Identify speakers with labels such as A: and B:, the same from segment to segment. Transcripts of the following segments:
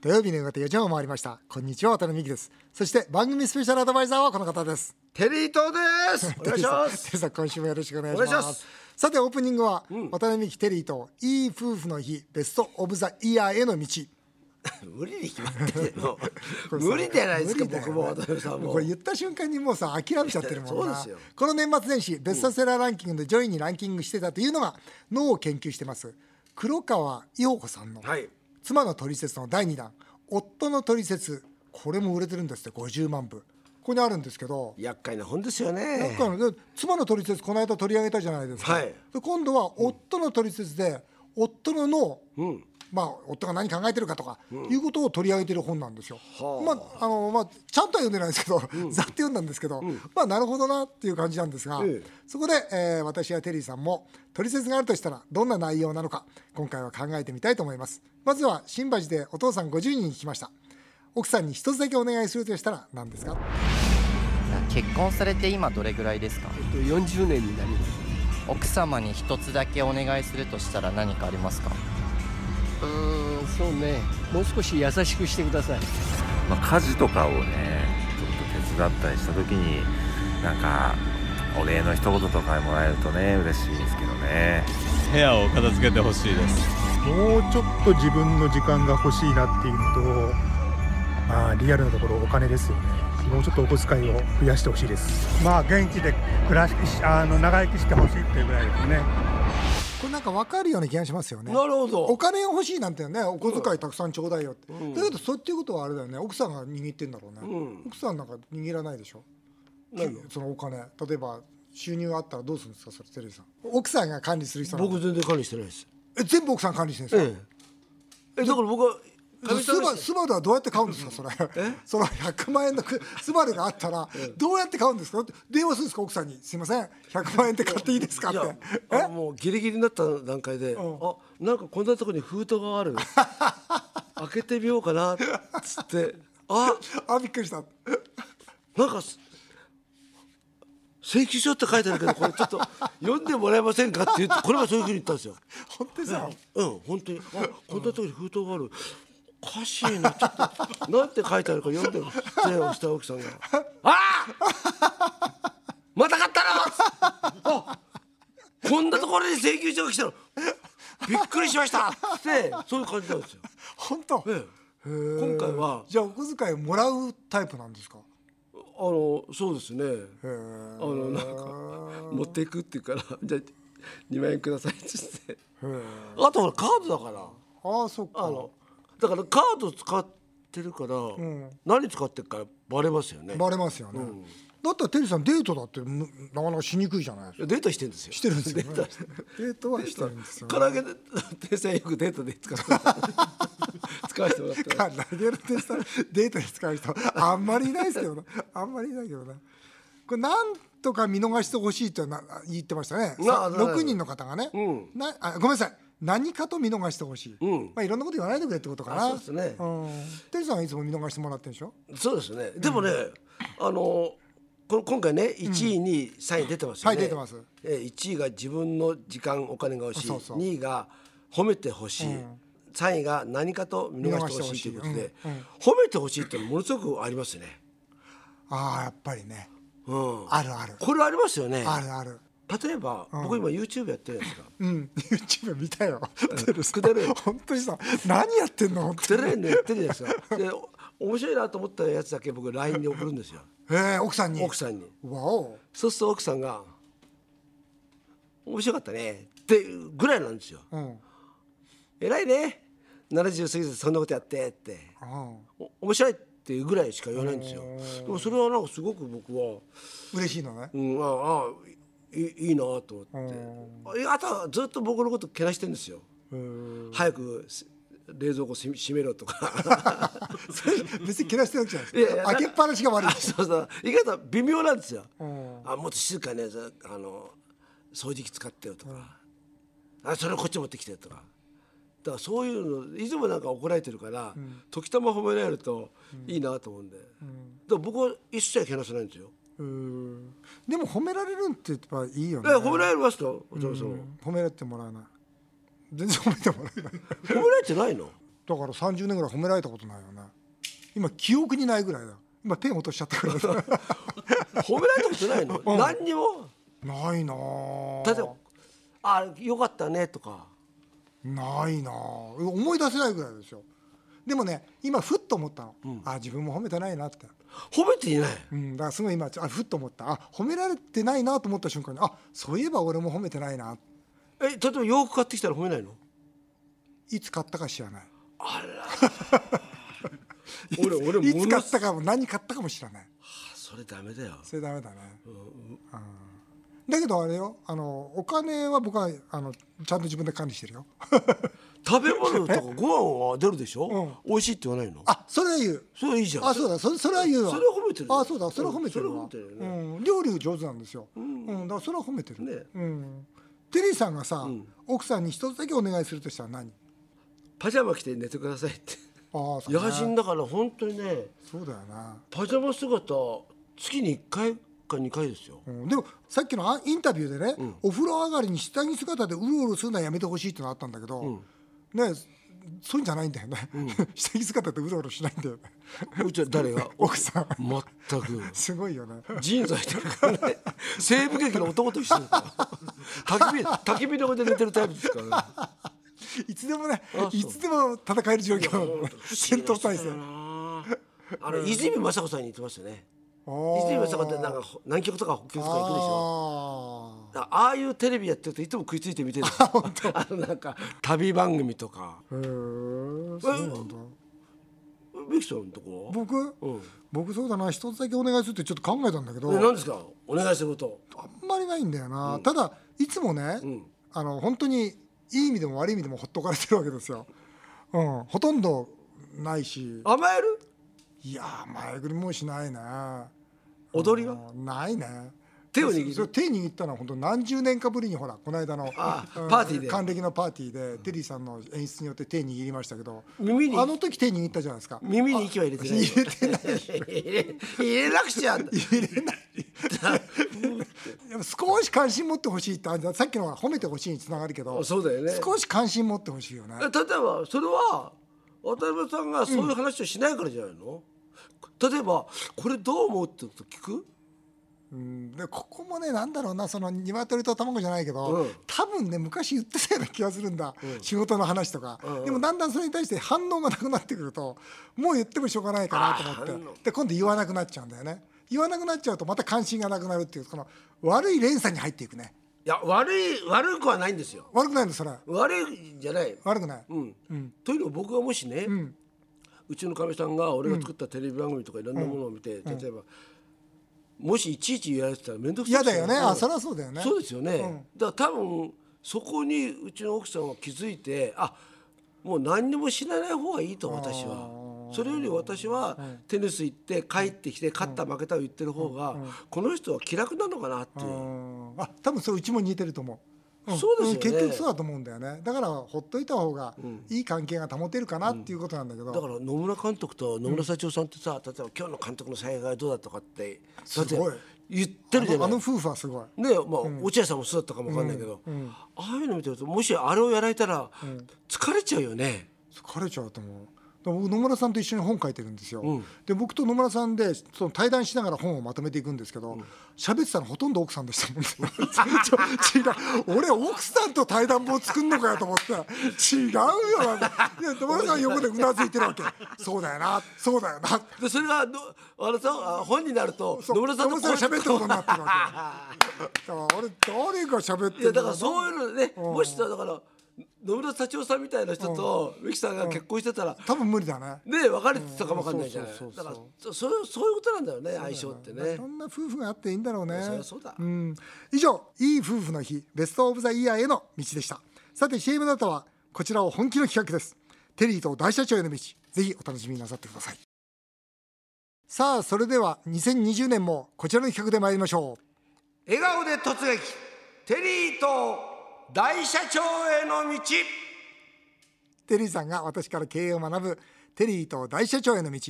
A: 土曜日の夕方4時半を回りましたこんにちは渡辺美希ですそして番組スペシャルアドバイザーはこの方です
B: テリー トです。お願いします。
A: テリーさん今週もよろしくお願いし
B: お
A: ます
B: 願いします
A: さてオープニングは、渡辺美希テリーといい夫婦の日ベストオブザイヤーへの道
B: 無理に決まってる の。無理じゃないです
A: 無
B: か。
A: 理だよ
B: 僕も渡辺さん
A: もう
B: も
A: これ。言った瞬間にもうさ諦めちゃってるもんな
B: そうですよ
A: この年末年始ベストセラーランキングで上位にランキングしてたというのが脳を研究してます黒川陽子さんの
B: はい。
A: 妻のトリセツの第2弾夫のトリセツこれも売れてるんですって50万部ここにあるんですけど
B: 厄介な本ですよ
A: なん
B: ね。
A: かね妻のトリセツこの間取り上げたじゃないですか、
B: はい
A: で今度は夫のトリセツで夫の脳、
B: うん。
A: まあ、夫が何考えてるかとか、いうことを取り上げてる本なんですよ。
B: はあ
A: まああのまあ、ちゃんとは読んでないんですけど、 ざっと読んだんですけど、まあなるほどなっていう感じなんですが、
B: ええ
A: そこで、えー私やテリーさんも取説があるとしたらどんな内容なのか今回は考えてみたいと思います。まずは新橋でお父さん50人に聞きました奥さんに一つだけお願いするとしたら何ですか
C: 結婚されて今どれぐらいですか
D: 40年になります
C: 奥様に一つだけお願いするとしたら何かありますか、
D: うーんそうねもう少し優しくしてください
E: まあ、家事とかをねちょっと手伝ったりした時になんかお礼の一言とかもらえるとね嬉しいですけどね
F: 部屋を片付けてほしいです
G: もうちょっと自分の時間が欲しいなっていうのと、まあ、リアルなところお金ですよねもうちょっとお小遣いを増やしてほしいですまあ現地で暮らしあの長生きしてほしいっていうぐらいですね
A: これなんか分かるような気がしますよね。
B: なるほ
A: お
B: ど。
A: 金欲しいなんてねお小遣いたくさんちょうだいよって、だけどそうっていうことはあれだよね奥さんが握ってんだろうね、
B: ん
A: 奥さんなんか握らないでしょ
B: 何が
A: そのお金例えば収入あったらどうするんですかそれテレビさん奥さんが管理する人なの
B: 僕全然管理してないです。
A: え全部奥さん管理してるんですか、
B: え、だから僕は。神
A: ス
B: 様
A: バスバルはどうやって買うんですかそれその100万円のくスバルがあったらどうやって買うんですかって電話するんですか奥さんにすいません100万円って買っていいですかっ
B: い
A: て
B: や
A: え
B: あのもうギリギリになった段階で、
A: ん
B: あなんかこんなとこに封筒が ある開けてみようかなっつってあ
A: あびっくりした
B: なんかす請求書って書いてあるけどこれちょっと読んでもらえませんかって言ってこれはそういうふうに言ったんですよ。
A: 本当にさ
B: うん本当にあこんなとこに封筒があるおかしいなちょっとなんて書いてあるか読んで手をした奥さんが「ああまた買ったのあこんなところに請求書が来たのびっくりしました」ってそういう感じなんですよ。
A: 本当
B: ええ今回は
A: じゃあお小遣いもらうタイプなんですか
B: あのそうですね
A: へえ
B: あのなんか持っていくっていうから じゃあ2万円くださいって言って
A: へえ
B: あとほらカードだから
A: ああそっか
B: あのだからカード使ってるから、
A: ん
B: 何使ってるかバレますよね
A: バレますよね、だったらテリーさんデートだってむなかなかしにくいじゃないですか
B: デートしてんですよ
A: してるんですよ、ね、
B: デートして
A: デートはしてるんですよ、
B: 唐揚げで 店員さんよくデートで使って 使わせてもらってます
A: 投げるってさデートに使う人あんまりいないですけどなあんまりいないけどなこれなんとか見逃してほしいってな言ってましたねさ
B: なな
A: 6人の方がね、
B: うん
A: なあごめんなさい何かと見逃してほしい、
B: うん
A: まあ、いろんなこと言わないでくれってことか
B: あ
A: な
B: そうですね
A: ん、テリーさんはいつも見逃してもらってるでしょ
B: そうですねでもね、あのこ今回ね1位に3位出てますよね、
A: はい出てます
B: え1位が自分の時間お金が欲しい
A: そうそう
B: 2位が褒めてほしい、3位が何かと見逃してほしいということで、
A: 見逃してほしいうんうん
B: 褒めてほしいってものすごくありますね、
A: ああやっぱりね
B: うん、
A: あるある
B: これありますよね
A: あるある
B: 例えば、僕今 YouTube やってるんですか
A: うん、YouTube 見たよ。
B: くだらん
A: 本当にさ、何やってんの本
B: く
A: 当
B: だ
A: に。
B: らないのやってるじゃないですかで面白いなと思ったやつだけ僕 LINE に送るんですよ
A: えー、奥さんに。
B: 奥さんに
A: ん。わお。
B: そうすると奥さんが「面白かったね」ってぐらいなんですよ
A: うん。うん。
B: 「偉いね70過ぎてそんなことやって」ってお面白いっていうぐらいしか言わないんですよでもそれはなんかすごく僕は
A: 嬉しいのね。
B: うん、ああいいいいなと思ってああとはずっと僕のことけなしてるんですよ早くす冷蔵庫し閉めろとか
A: 別にけなしてるわけじゃない
B: い
A: で
B: やい
A: す
B: や
A: か。開けっぱなしが悪い
B: あ。そうそう言い方微妙なんですよ、
A: ん
B: あもっと静かにねそあの掃除機使ってよとか、あそれこっち持ってきてとかだからそういうのいつもなんか怒られてるから、時たま褒められるといいなと思うんで、だから僕は一切けなさないんですよ、
A: うーんでも褒められるって言えばいいよ
B: え
A: ね。
B: 褒められますかお嬢さん
A: うん褒められてもらえない。全然褒めてもらえない。
B: 褒められてないの
A: だから30年ぐらい褒められたことないよね今記憶にないぐらいだ今ペン落としちゃったから
B: 褒められたことない の、何にも
A: ないなあ
B: 例えば「あよかったね」とか
A: ないなあ思い出せないぐらいですよでもね今ふっと思ったの、あ自分も褒めてないなって、
B: 褒めていない
A: うん、だからすごい今ちょあふっと思ったあ褒められてないなと思った瞬間にあそういえば俺も褒めてないな
B: え例えば洋服買ってきたら褒めないの
A: いつ買ったか知らない
B: あら俺俺
A: い
B: も
A: つ
B: の
A: 買っ
B: す
A: たかも何買ったかも知らない
B: それダメだよ
A: それダメだね、うんだけどあれよあのお金は僕はあのちゃんと自分で管理してるよ
B: 食べ物とかご飯は出るでしょ、美味しいって言わないの
A: あそれは言う
B: それいいじゃん
A: あそうだそれそれは言うわ
B: それは褒めてるよ
A: あそうだそれは褒めてるわ、
B: うんそれは褒めてる
A: うん、料理上手なんですよ、うんだからそれは褒めてる、
B: ね
A: うん、テリーさんがさ、奥さんに一つだけお願いするとしたら何
B: パジャマ着て寝てくださいって
A: ああそうね
B: 野心だから本当にね
A: そうだよな、
B: パジャマ姿月に1回か2回で すよ
A: うん、でもさっきのあインタビューでね、お風呂上がりに下着姿でうろうろするのはやめてほしいってのあったんだけど、ねそういうんじゃないんだよね、 下着姿でうろうろしないんだよね
B: うちは誰 が
A: 奥さん
B: 全く
A: すごいよね
B: 人材というかね西部劇の男と一緒です から焚き火焚き火の上で寝てるタイプですから、ね、
A: いつでもね
B: あそう
A: いつでも戦える状 況戦闘態勢
B: あの泉雅子さんに言ってましたね
A: あ
B: 泉
A: ー
B: 雅子ってなんか南極とか北極とか行くでし
A: あ
B: ょ
A: ー
B: だからああいうテレビやってるといつも食いついて見てるんですよ あのなんか旅番組とか
A: へーそうなんだ
B: ミキさんのとこ
A: 僕、
B: うん
A: 僕そうだな一つだけお願いするってちょっと考えたんだけど
B: え何ですかお願いすること
A: あんまりないんだよな、ただいつもね、あの本当にいい意味でも悪い意味でもほっとかれてるわけですよ、うん、ほとんどないし
B: 甘える
A: いやー前振りもしないね
B: 踊りは
A: うんないね
B: 手を握る
A: それ手握ったのは本当何十年かぶりにほらこの間の
B: あ
A: うん
B: パーティーで
A: 還暦のパーティーでテリーさんの演出によって手握りましたけど
B: 耳に
A: あの時手握ったじゃないですか
B: 耳に息は入れてない入れてない 入れ入れなくちゃ入れない
A: やっぱ少し関心持ってほしいってあるじゃんさっきのは褒めてほしいにつながるけど
B: あそうだよね
A: 少し関心持ってほしいよね
B: 例えばそれは渡辺さんがそういう話をしないからじゃないの、例えばこれどう思うってこと聞く
A: うんでここもねなんだろうなその鶏と卵じゃないけど、
B: うん
A: 多分ね昔言ってたような気がするんだ、仕事の話とか、
B: うん
A: でもだんだんそれに対して反応がなくなってくるともう言ってもしょうがないかなと思
B: あー反
A: っ
B: 応
A: てで今度言わなくなっちゃうんだよね言わなくなっちゃうとまた関心がなくなるっていうこの悪い連鎖に入っていくね
B: いや悪い悪くはないんですよ
A: 悪くないのそれ
B: 悪いんじゃない、
A: 悪くない、
B: うんというのも僕がもしね、うちのかみさんが俺が作ったテレビ番組とかいろんなものを見て、例えば、もしいちいち言われてたら面倒くさ
A: 嫌
B: いです
A: だよね、
B: うん
A: あそれはそうだよね
B: そうですよね、だから多分そこにうちの奥さんは気づいてあもう何にも知らない方がいいと私はそれより私はテニス行って帰ってきて勝った負けたを言ってる方がこの人は気楽なのかなっていううん
A: あ多分それうちも似てると思う、ん
B: そうですよね
A: 結局そうだと思うんだよねだからほっといた方がいい関係が保てるかなっていうことなんだけど、
B: だから野村監督と野村社長さんってさ例えば今日の監督の采配がどうだとかってだって
A: すごい
B: 言ってるじゃ
A: あの
B: な
A: あ
B: い
A: の夫婦はすごい
B: ねまあ、落合さんもそうだったかもわかんないけど、ああいうの見てるともしあれをやられたら疲れちゃうよね、
A: 疲れちゃうと思うだから僕野村さんと一緒に本書いてるんですよ、で僕と野村さんでその対談しながら本をまとめていくんですけど喋、ってたのほとんど奥さんでしたもんねちょ違う俺奥さんと対談本作んのかよと思って違うよなんかいや野村さんは横でうなずいてるわけそうだよなそうだよな
B: でそれがのあのさあ本になると
A: そう
B: 野村さんと
A: 野村さんが喋ったことになってるわけだから俺誰が喋って
B: い
A: る
B: や
A: んだ
B: だ
A: ろ
B: からそういうのね、もしさだから野村社長さんみたいな人と美樹、さんが結婚してたら、
A: 多分無理だね
B: ね別れてたかもわかんないじゃない、
A: うんそうそ
B: だ
A: う
B: か
A: そう
B: ら
A: そう
B: そそうそういうことなんだよね相性ってね
A: そんな夫婦があっていいんだろうね
B: そりゃそうだ
A: ん、以上いい夫婦の日ベストオブザイヤーへの道でしたさて CM の後はこちらを本気の企画ですテリーと大社長への道ぜひお楽しみになさってくださいさあそれでは2020年もこちらの企画で参りましょう
B: 笑顔で突撃テリーと大社長への道
A: テリーさんが私から経営を学ぶテリーと大社長への道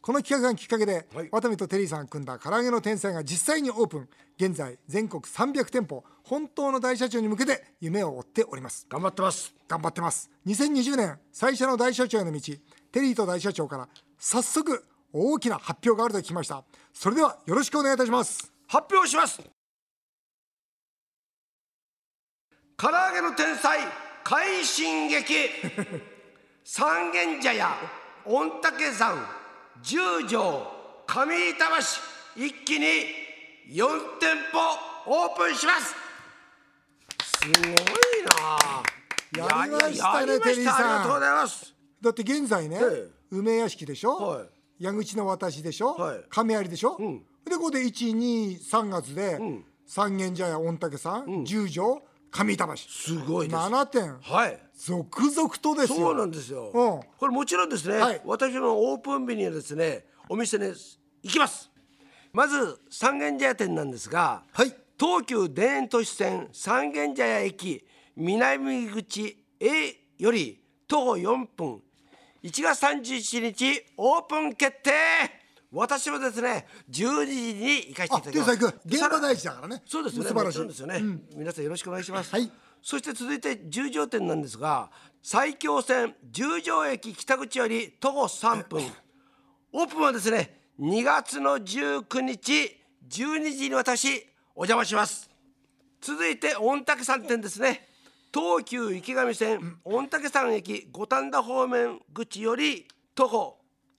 A: この企画がきっかけで、
B: はい
A: ワタミとテリーさんが組んだ唐揚げの天才が実際にオープン現在全国300店舗本当の大社長に向けて夢を追っております
B: 頑張ってます
A: 頑張ってます2020年最初の大社長への道テリーと大社長から早速大きな発表があると聞きましたそれではよろしくお願いいたします
B: 発表します唐揚げの天才快進撃三軒茶屋御嶽山十条上板橋一気に四店舗オープンしますすごいなあ
A: やりましたね
B: やりま
A: テリーさん
B: ありがとうございます
A: だって現在ね、
B: ええ
A: 梅屋敷でしょ、
B: はい
A: 矢口の私でしょ、
B: はい
A: 亀有でしょ、
B: ん
A: でここで123月で、
B: ん
A: 三軒茶屋御嶽さん、十条上板橋
B: すごいです
A: 7点
B: はい
A: 続々とですよ
B: そうなんですよ、
A: うん
B: これもちろんですね、
A: はい
B: 私のオープン日にはですねお店に行きますまず三軒茶屋店なんですが、
A: はい
B: 東急田園都市線三軒茶屋駅南口 A より徒歩4分1月31日オープン決定私もですね12時に行かせてい
A: あ
B: ただ
A: テ
B: き
A: リーさん行く
B: ます
A: 現場大事だからね
B: そうですね。
A: 素晴らし
B: もちろんで
A: い
B: すよね、皆さんよろしくお願いします。
A: はい
B: そして続いて十条店なんですが、埼京線十条駅北口より徒歩3分。オープンはですね、2月の19日12時に私お邪魔します。続いて御嶽山店ですね東急池上線御嶽山駅五反田方面口より徒歩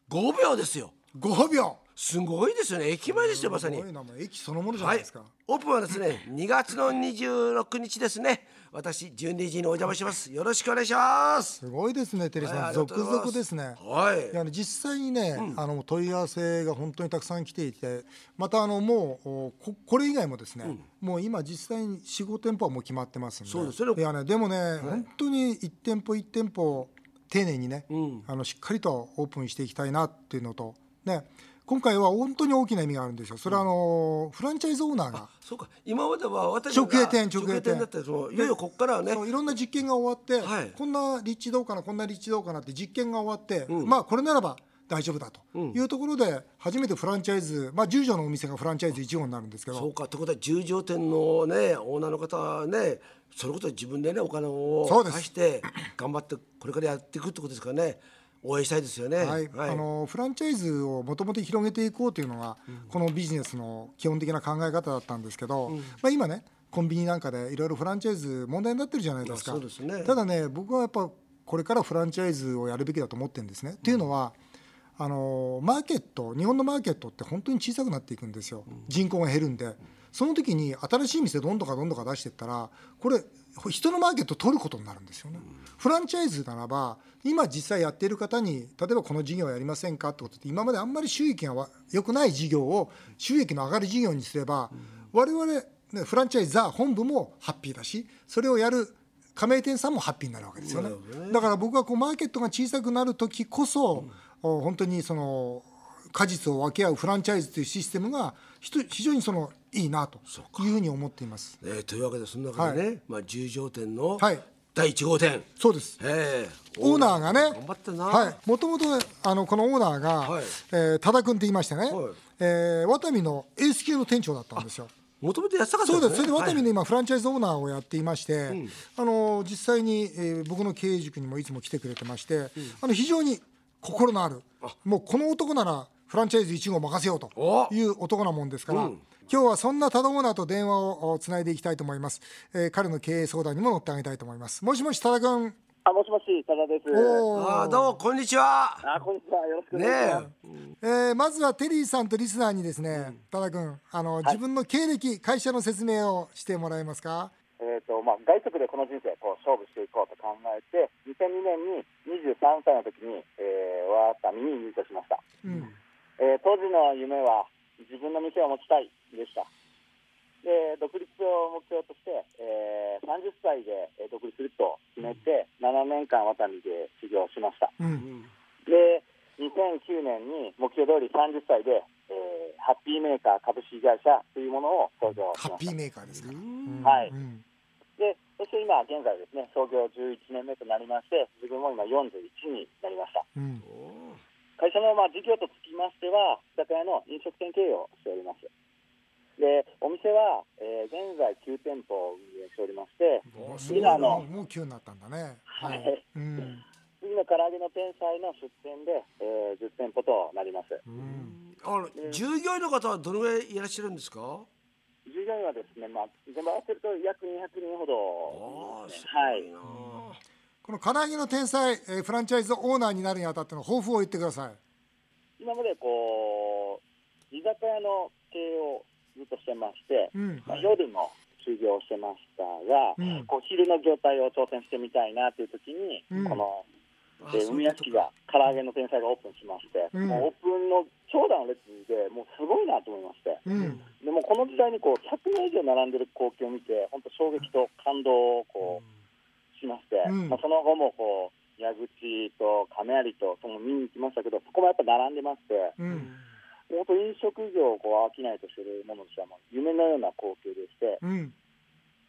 B: 5秒ですよ
A: 5秒
B: すごいですよね駅前ですよまさに
A: こういうのはもう駅そのものじゃな
B: はいい
A: ですか、、
B: オープンはで すね、2月の26日ですね。私12時にお邪魔します。よろしくお願いします。
A: すごいですねテリーさん、
B: はいありがと
A: 続
B: うございま
A: 々
B: す
A: ですね
B: はい
A: いやあの実際にね、あの問い合わせが本当にたくさん来ていてまたあのもうおここれ以外もですね、もう今実際に45店舗はもう決まってますんで
B: そうですよね
A: いやねでもね、本当に1店舗1店舗丁寧にね、あのしっかりとオープンしていきたいなっていうのとね今回は本当に大きな意味があるんですよそれはあの、フランチャイズオーナーが
B: そうか、今までは私
A: 直営店
B: 直
A: 直営
B: 営
A: 店
B: 店だったそのいよいよここからはね
A: そ。ういろんな実験が終わって、
B: はい
A: こんな立地どうかなこんな立地どうかなって実験が終わって、まあこれならば大丈夫だというところで、初めてフランチャイズ、まあ、十条のお店がフランチャイズ1号になるんですけ
B: そ
A: ど
B: うか、ってことは十条店のね、オーナーの方はね、それこそ自分でね、お金
A: そ
B: を
A: うです
B: 出して頑張ってこれからやっていくってことですからね。応援したいですよね。
A: はいあのフランチャイズをもともと広げていこうというのが、このビジネスの基本的な考え方だったんですけど、まあ、今ねコンビニなんかでいろいろフランチャイズ問題になってるじゃないですか
B: まあそうですね
A: ただね僕はやっぱこれからフランチャイズをやるべきだと思ってるんですね。っていうのはあのマーケット日本のマーケットって本当に小さくなっていくんですよ、人口が減るんでその時に新しい店どんどかどんどか出していったらこれ人のマーケット取ることになるんですよね、フランチャイズならば今実際やっている方に例えばこの事業やりませんかってことで今まであんまり収益がわ良くない事業を収益の上がる事業にすれば、我々、ね、フランチャイザー本部もハッピーだしそれをやる加盟店さんもハッピーになるわけですよね。だから僕はこうマーケットが小さくなる時こそ、お本当にその果実を分け合うフランチャイズというシステムがひと非常にそのいいなというふうに思っています。
B: えーというわけでその中でね、
A: は
B: まあ十条店の
A: はい
B: 第一号店。
A: そうです。
B: えー
A: オーナーがね、
B: 頑張ってんな。
A: はい、もともとあのこのオーナーが、
B: はい
A: えー多田君って言いましてね、
B: はい
A: えーワタミのエース級の店長だったんですよ。
B: もともと安坂さ
A: そ
B: ん
A: うです。それでワタミ
B: ね
A: の今フランチャイズオーナーをやっていまして、あの実際に、えー僕の経営塾にもいつも来てくれてまして、あの非常に心のある、もうこの男ならフランチャイズ1号任せようという男なもんですから、今日はそんなタダオーナーと電話をおつないでいきたいと思います、えー彼の経営相談にも乗ってあげたいと思います。もしもしタダ君、
H: あ、もしもし、多田です。
A: おー
B: はいあーどうもこんにちは。
H: あ、こんにちは。よろしくお
B: ね
H: 願いし
B: え
H: ます。、
A: えーまずはテリーさんとリスナーにですね、多田君、あの、自分の経歴、会社の説明をしてもらえますか。
H: えっ、と、まあ、外食でこの人生をこう勝負していこうと考えて、2002年に23歳の時に、えー、ワータミに入社しました。
A: うん、
H: えー当時の夢は、自分の店を持ちたいでした。で、独立を目標として、えー、30歳でえー独立すると決めて、7年間ワタミで修行しました。
A: うん、
H: で、2009年に目標通り30歳で、えー、ハッピーメーカー株式会社というものを創業し
A: ハッ
H: ま
A: ピ
H: し
A: ーメーカーですから。
H: た。はい。
A: うん
H: で、そして今現在ですね、創業11年目となりまして、自分も今41になりました。
A: うん
H: 会社そのまあ事業とつきましては、居酒屋の飲食店経営をしております。で、お店は、えー現在9店舗を運営しておりまして、
A: もう
H: 次のあの
A: もう急になったんだね。は
H: はい
A: い。うん。
H: 次の唐揚げの天才の出店で、えー10店舗となります。
A: うん。
B: あの従業員の方はどのぐらいいらっしゃるんですか
H: 従業員はですね、まあ、全部合わせると約200人ほ
B: あ
H: ど
B: あ
H: いますすね、はい
B: ごいな
A: この唐揚げの天才、えーフランチャイズオーナーになるにあたっての抱負を言ってください。
H: 今までこう居酒屋の経営をずっとしてまして、
A: うん。
H: まあ、夜も休業してましたが、
A: うん
H: こう昼の業態を挑戦してみたいなという時に、
A: うん
H: この、
B: あ
H: えー
B: そういう
H: 海屋
B: こと
H: 敷が唐揚げの天才がオープンしまして、
A: うん
H: もうオープンの長蛇の列でもうすごいなと思いまして。
A: うん。
H: でもこの時代にこう100名以上並んでる光景を見て、本当衝撃と感動をこうしまして、
A: うん
H: まあ、その後もこう矢口と亀有とその見に行きましたけど、そこもやっぱ並んでまして、
A: うん。
H: 本当飲食業をこう飽きないとしてるものとしてはもう夢のような光景でして、
A: うん。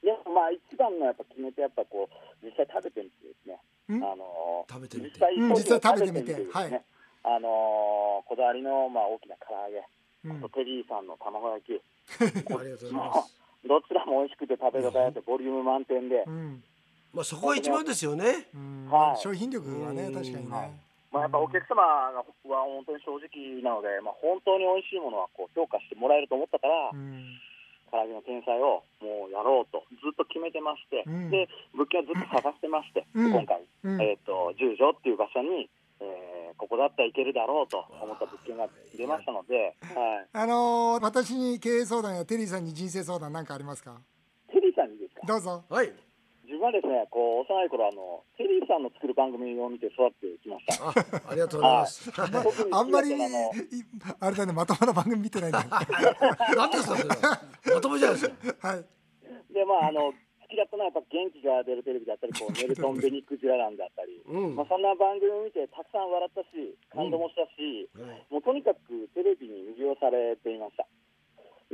H: でもまあ一番のやっぱ決め手はやっぱこう実際食べてみてですね、
A: うん
H: あのー
B: 食べてみて
H: 実際
A: うん実際食べてみて
H: 食べですねあのーこだわりのまあ大きな唐揚げ、
A: うん
H: あとテリーさんの卵焼き、
B: ありがとうございます
H: どちらも美味しくて食べ応えあってボリューム満点で
A: う、ん。
B: まあそこが一番ですよね
A: うん
H: はい
A: 商品力はね、
B: うん
A: 確かに
H: はい
A: ね。
H: まあ、やっぱお客様がは本当に正直なので、まあ、本当に美味しいものはこう評価してもらえると思ったから、
A: うん。
H: 唐揚げの天才をもうやろうとずっと決めてまして、
A: うん
H: で物件をずっと探してまして、
A: うん
H: 今
A: う
H: 回、
A: ん
H: えー、と十条っていう場所に、えーここだったらいけるだろうと思った物件が出ましたので、はい、
A: あのー私に経営相談やテリーさんに人生相談なんかありますか
H: テリーさんにですか
A: どうぞ。
B: はい
H: 自分はですねこう幼い頃あのテリーさんの作る番組を見て育ってきました。
B: あありがとうござい ます
H: 特に好き
A: あ
H: だった
A: んまり、い
H: のはあの
A: あれだね、まともな番組見てないんだね。
B: 何ですかそれまともじゃないですか
A: はい。
H: でまああの好きだったのはやっぱ元気が出るテレビだったりこうネルトン・ベニック・ジラランだったり、
B: うん
H: まあ、そんな番組を見てたくさん笑ったし感動もしたし、もうとにかくテレビに魅了されていました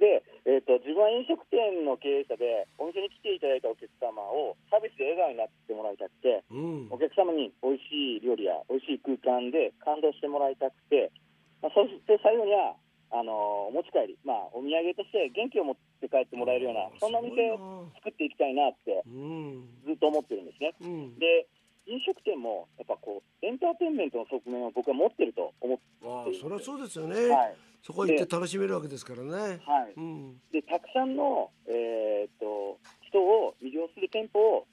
H: で、えー、と自分は飲食店の経営者でお店に来ていただいたお客様をサービスで笑顔になってもらいたくて
B: うん
H: お客様に美味しい料理や美味しい空間で感動してもらいたくて、まあ、そして最後にはあのお持ち帰り、まあ、お土産として元気を持って帰ってもらえるようなそんな店を作っていきたいなって
B: うん
H: ずっと思ってるんですね。
B: うん
H: で飲食店もやっぱこうエンターテインメントの側面を僕は持ってると思って
B: ああそりゃそうですよね、
H: はい
B: そこ行って楽しめるわけですからね、
H: はい
B: うん、
H: でたくさんの、えーっと人を魅了する店舗を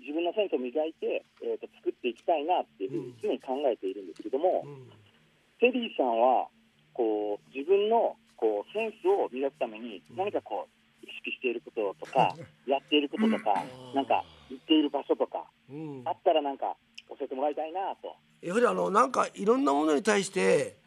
H: 自分のセンスを磨いて、えーっと作っていきたいなっていうふうに常に考えているんですけども、
B: うん
H: テリーさんはこう自分のこうセンスを磨くために何かこう意識していることとか、やっていることとか、なんか行っている場所とか
B: うん
H: あったらなんか教えてもらいたいなと。
B: やはりあのなんかいろんなものに対して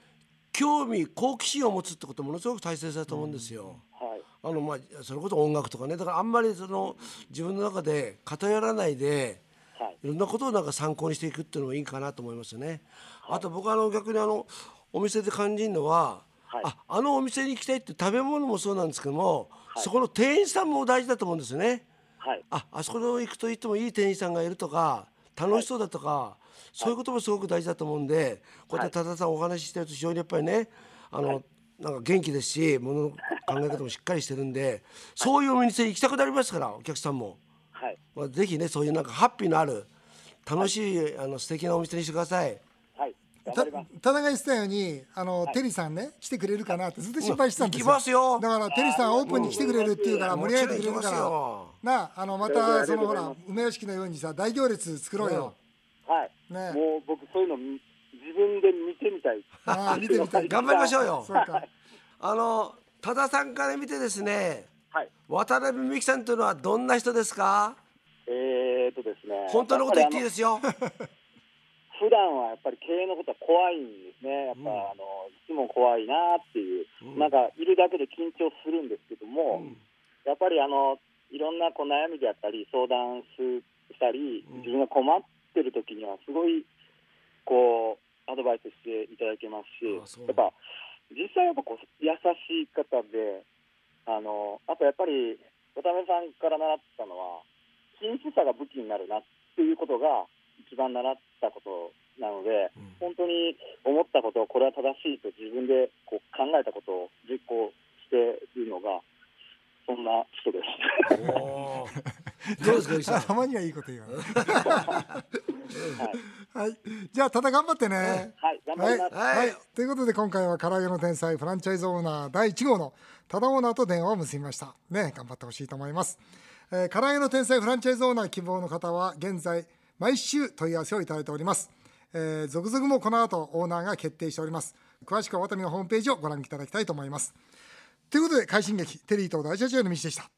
B: 興味好奇心を持つってことものすごく大切だと思うんですよ。
H: はい
B: あのまあそれこそ音楽とかねだからあんまりその自分の中で偏らないで
H: はい
B: いろんなことをなんか参考にしていくっていうのもいいかなと思いますね。あと僕はあの逆にあのお店で感じるのは、
H: はい
B: ああのお店に行きたいって食べ物もそうなんですけども、そこの店員さんも大事だと思うんですよね。
H: はい
B: ああそこの行くといってもいい店員さんがいるとか楽しそうだとか、そういうこともすごく大事だと思うんで、こうやって多田さんお話ししてると非常にやっぱりねあの、なんか元気ですしものの考え方もしっかりしてるんでそういうお店行きたくなりますからお客さんも、
H: はい
B: まあ、ぜひねそういうなんかハッピーのある楽しい、あの素敵なお店にしてください。
H: はい頑
A: た
H: 張ります。
A: 田中言ってたようにあの、テリーさんね来てくれるかなってずっと心配してたんですよ。
B: うん行きますよ
A: だからテリーさんオープンに来てくれるっていうから
B: も
A: 盛り
B: ち
A: 上
B: ろ
A: げて
B: ん
A: くれる
B: 行きます
A: か
B: よ
A: ら。なああのま
H: いやいや
A: た
H: あり
A: そ
H: が
A: の
H: と
A: ほ
H: うございます
A: ら梅屋敷のようにさ大行列作ろうよ。
H: はい、
A: ね
H: もう僕そういうのみ自分で見てみたい。
A: ああ見てみたい。
B: 頑張りましょうよ
A: そうか。
B: あの多田さんから見てですね
H: はい。
B: 渡辺美樹さんというのはどんな人ですか
H: えー、っとですね。。
B: 本当のこと言っていいですすよ。
H: 普段はやっぱり経営のことは怖いんですね。やっぱ、あのいつも怖いなっていう、なんかいるだけで緊張するんですけども、やっぱりあのいろんなこう悩みであったり相談すしたり、自分が困ってる時にはすごいこうアドバイスしていただけます
B: あ
H: し
B: そう、
H: やっぱ実際やっぱこう優しい方で、あのあとやっぱり渡辺さんから習ったのは、真摯さが武器になるなっていうことが一番習ったことなので、本当に思ったことをこれは正しいと自分でこう考えたことを実行しているのがそんな人です。
B: おーどうですか、石さん。
A: たまにはいいこと言うわね はい、じゃあただ頑張ってね、
H: はい、頑張ります。
A: はい、はいということで今回は唐揚げの天才フランチャイズオーナー第1号の多田オーナーと電話を結びましたね頑張ってほしいと思います、えー、唐揚げの天才フランチャイズオーナー希望の方は現在毎週問い合わせをいただいております、えー、続々もこの後オーナーが決定しております詳しくはワタミのホームページをご覧いただきたいと思いますということで快進撃テリーと大社長の道でした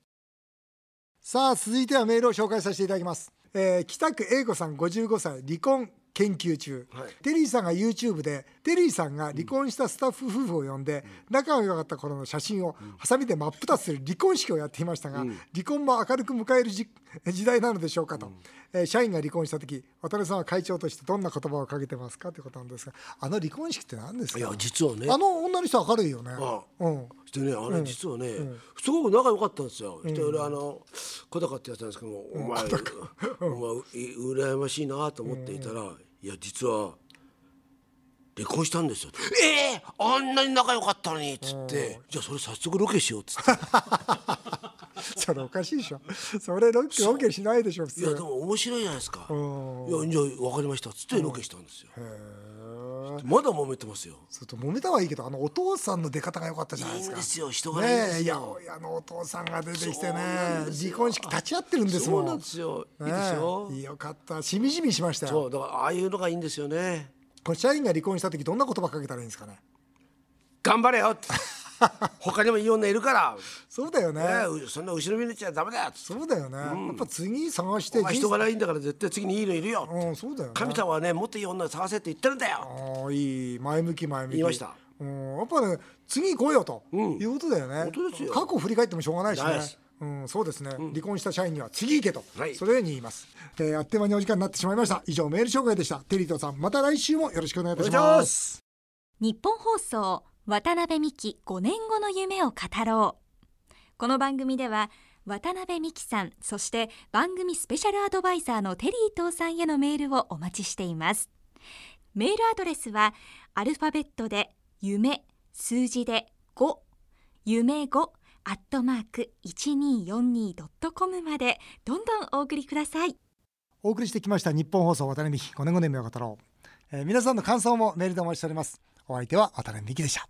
A: さあ続いてはメールを紹介させていただきます、えー北区英子さん55歳離婚研究中、テリーさんが YouTube でテリーさんが離婚したスタッフ夫婦を呼んで、仲が良かった頃の写真をハサミで真っ二つする離婚式をやっていましたが、離婚も明るく迎えるじ時 代なのでしょうかと、えー社員が離婚した時渡辺さんは会長としてどんな言葉をかけてますかということなんですがあの離婚式って何ですか
B: いや、実はね。
A: あの女の人明るいよね
B: あ
A: うん
B: してねあれ実はね、すごく仲良かったんですよ。で俺あの小高ってやったんですけども、お前、お前い羨ましいなと思っていたら、いや実は離婚したんですよ。ええあんなに仲良かったのにっつって、じゃあそれ早速ロケしようっつ って。
A: それおかしいでしょそれロケロケしないでしょ普
B: いやで
A: 通
B: も面白いじゃないですか。いやじゃあわかりましたっつってロケしたんですよ。まだ揉めてますよ。
A: それと揉めたはいいけどあのお父さんの出方が良かったじゃない
B: い
A: で
B: い
A: す
B: ん
A: か
B: ですよ人がいいんで
A: ねえ
B: す
A: いや
B: よ。
A: 親のお父さんが出てきてね
B: そうなんですよ
A: 離婚式立ち会ってるんです
B: そ
A: も
B: うんなんですよ。いいでしょ。
A: ねえよかったしみじみしました
B: そ
A: よ
B: うだからああいうのがいいんですよね。
A: これ社員が離婚した時どんな言葉かけたらいいんですかね
B: 頑張れよって 他にもいい女いるから、
A: そうだよね
B: ねうそんな後ろ見れちゃダメだよって
A: そうだよね、やっぱ次探して
B: お前人柄いいんだから絶対次にいいのいるよ、
A: うんそうだよね
B: 神様はねもっといい女探せって言ってるんだよ、
A: ああいい前向き前向き
B: 言いました
A: うん、やっぱね次行こうよと、いうことだよね
B: 本当ですよ
A: 過去を振り返ってもしょうがないしね
B: ないし
A: うん、そうですね、離婚した社員には次行けと、
B: はい
A: それに言います、えーあっという間にお時間になってしまいました以上メール紹介でしたテリーとさんまた来週もよろしくお願いいたし
B: お願いし
A: ま
B: ます
I: 日本放送渡辺美希5年後の夢を語ろうこの番組では渡辺美希さんそして番組スペシャルアドバイザーのテリー東さんへのメールをお待ちしていますメールアドレスはアルファベットで夢数字で5夢5アットマーク 1242.com までどんどんお送りください
A: お送りしてきました日本放送渡辺美希5年5年目を語ろう、えー皆さんの感想もメールでお待ちしておりますお相手は渡辺美希でした